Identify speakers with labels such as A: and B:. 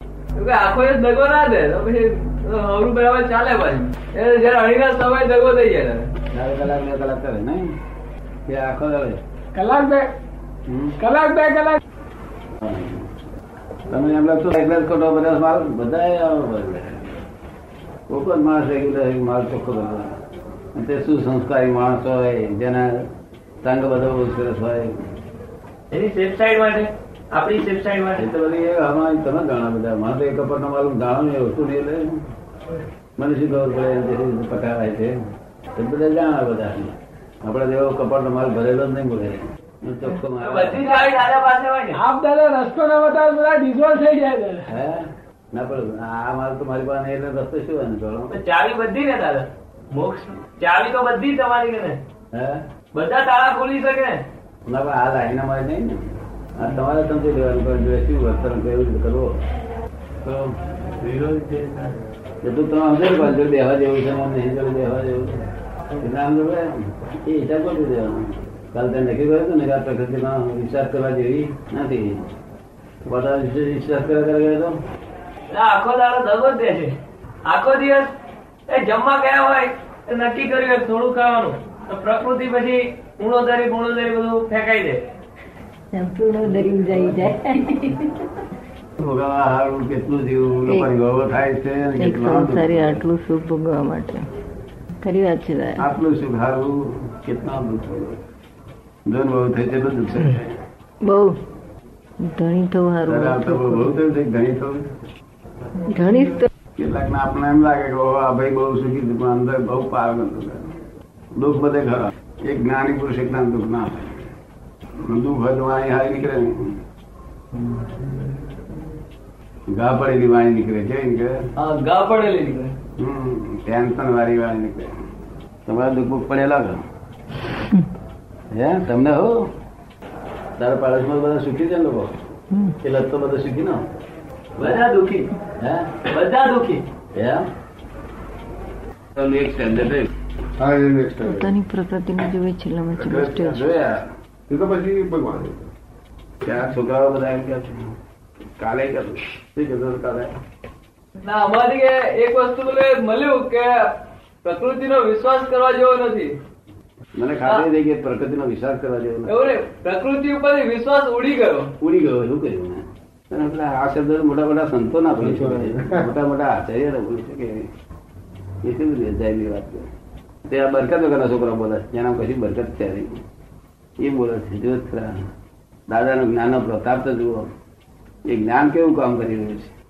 A: તો કે આખો એ દગો ના દે તો પછી અવરું બરાબર ચાલે પાછું એ જયારે અણીના સમય દગો થઈ જાય તને.
B: ચાર કલાક બે કલાક કરે નહીં કે આખો દળે
C: કલાક બે
B: હમ?
C: કલાક બે કલાક
B: તમે એમ લાગતું રેગ્યુલર ખોટો બધા માલ બધા કોકો જ માણસ રેગ્યુલર માલ ચોખ્ખો બનાવે અને તે સુસંસ્કારી માણસ હોય જેના તંગ બધો બહુ સરસ હોય
D: એની સેફ સાઈડ માટે આપણી સેફ સાઈડ
B: એ
D: માટે
B: તો બધી એ અમારી તમે ઘણા બધા મારે તો એ કપડનો માલ હું જાણું નહીં ઓછું નહીં એટલે મને શું ખબર પડે એમ કેવી રીતે પકડાવાય છે એ બધા જાણે બધા આપણે જેવો કપડનો માલ ભરેલો જ નહીં બોલે ચોખ્ખો
A: બધી
B: માલ
A: ચાવી દાદા પાસે હોય ને
C: આપ દાદા રસ્તો ના બતાવો તો બધા ડિઝોલ્વ થઈ જાય દાદા
B: હે ના પડે આ માલ તો મારી પાસે નહીં એટલે રસ્તો શું હોય ને જોડો?
A: તો ચાવી બધી ને દાદા મોક્ષ ચાવી તો બધી તમારી કે ને
B: હે
A: બધા તાળા ખોલી શકે ને
B: ના પણ આ લાઈન અમારે નહીં ને આ તમારે સમજી લેવાનું પણ જો શું વર્તન કેવું રીતે કરવો તો બધું તમે સમજો ને પણ જો બેહવા જેવું છે મને નહીં જોડે બેહવા જેવું છે એટલે આમ જોડે એ હિસાબ કરી દેવાનો કાલ તે નક્કી કર્યું હતું ને કે આ પ્રકૃતિમાં વિશ્વાસ કરવા જેવી નથી બધા વિશે વિશ્વાસ કરવા કરવા ગયો તો
A: એટલે આખો દાડો દગો જ દે છે આખો દિવસ એ જમવા ગયા હોય તો નક્કી કર્યું હોય થોડું ખાવાનું તો પ્રકૃતિ પછી ગુણોદરી ગુણોદરી બધું ફેંકાઈ દે
E: સંપૂર્ણ દરી જઈ
B: ભોગાવા હારું કેટલું જીવ લોકોને ગૌરવ થાય છે અને
E: જાય એક
B: કેટલું આમ
E: સંસારી આટલું સુખ ભોગવવા માટે ખરી વાત છે દાદા
B: આટલું સુખ હારું કેટલા દુઃખ ધન બહુ થઈ છે એટલું દુઃખ થાય છે
E: બહુ ધણી થવું
B: ત્યારે આ તો બહુ
E: સારું
B: થયું છે, ઘણી થયું.
E: ધણી જ તો
B: કેટલાકને આપણને એમ લાગે કે ઓહો, આ ભાઈ બહુ સુખી છે, પણ અંદર બહુ પાર નથી. દુઃખ બધે ખરા એક જ્ઞાની પુરુષ એકના દુઃખ ના થાય દુઃખ હોય તો વાણી હારી નીકળે નહીં ઘા પડેલી વાણી નીકળે કેવી નીકળે
A: હા, ગા પડેલી નીકળે
B: હમ, ટેન્શન વાળી વાળી નીકળે તમારા દુઃખ બુખ પડેલા છો હે તમને હો તારા પાડોશમાં બધા સુખી છે ને લોકો
E: હમ.
B: એ લગતો બધો સુખી નો
A: બધા દુખી
B: હે
A: બધા દુખી
B: એમ ચાલો, એક standard રહ્યું.
F: હા એ next time.
E: પોતાની પ્રકૃતિને જોવે છેલ્લામાં છેલ્લું સ્ટેજ
B: જોયા
F: એ તો પછી ભગવાન
B: ત્યાં છોકરાઓ બધા એમ કહે છે, કાલે કરું શું કીધું કાલે
A: ના અમારી કે એક વસ્તુ મને મળ્યું કે પ્રકૃતિનો વિશ્વાસ કરવા જેવો નથી
B: મને ખાતરી થઈ ગઈ પ્રકૃતિનો વિશ્વાસ કરવા જેવો નથી.
A: એવું ને પ્રકૃતિ ઉપર વિશ્વાસ ઉડી ગયો
B: ઉડી ગયો એવું કહ્યું મેં. અને પેલા આ શબ્દ મોટા મોટા સંતો ના ભૂલી શકે મોટા મોટા આચાર્ય ના ભૂલી શકે એ કેવી રીતે જાહેરની વાત કરે તે આ બરકત વગરના છોકરા બોલે છે, જેના કશી બરકત છે નહીં. એ બોલે છે જો ખરા દાદાનું જ્ઞાનનો પ્રતાપ તો જુઓ એ જ્ઞાન કેવું કામ કરી રહ્યું છે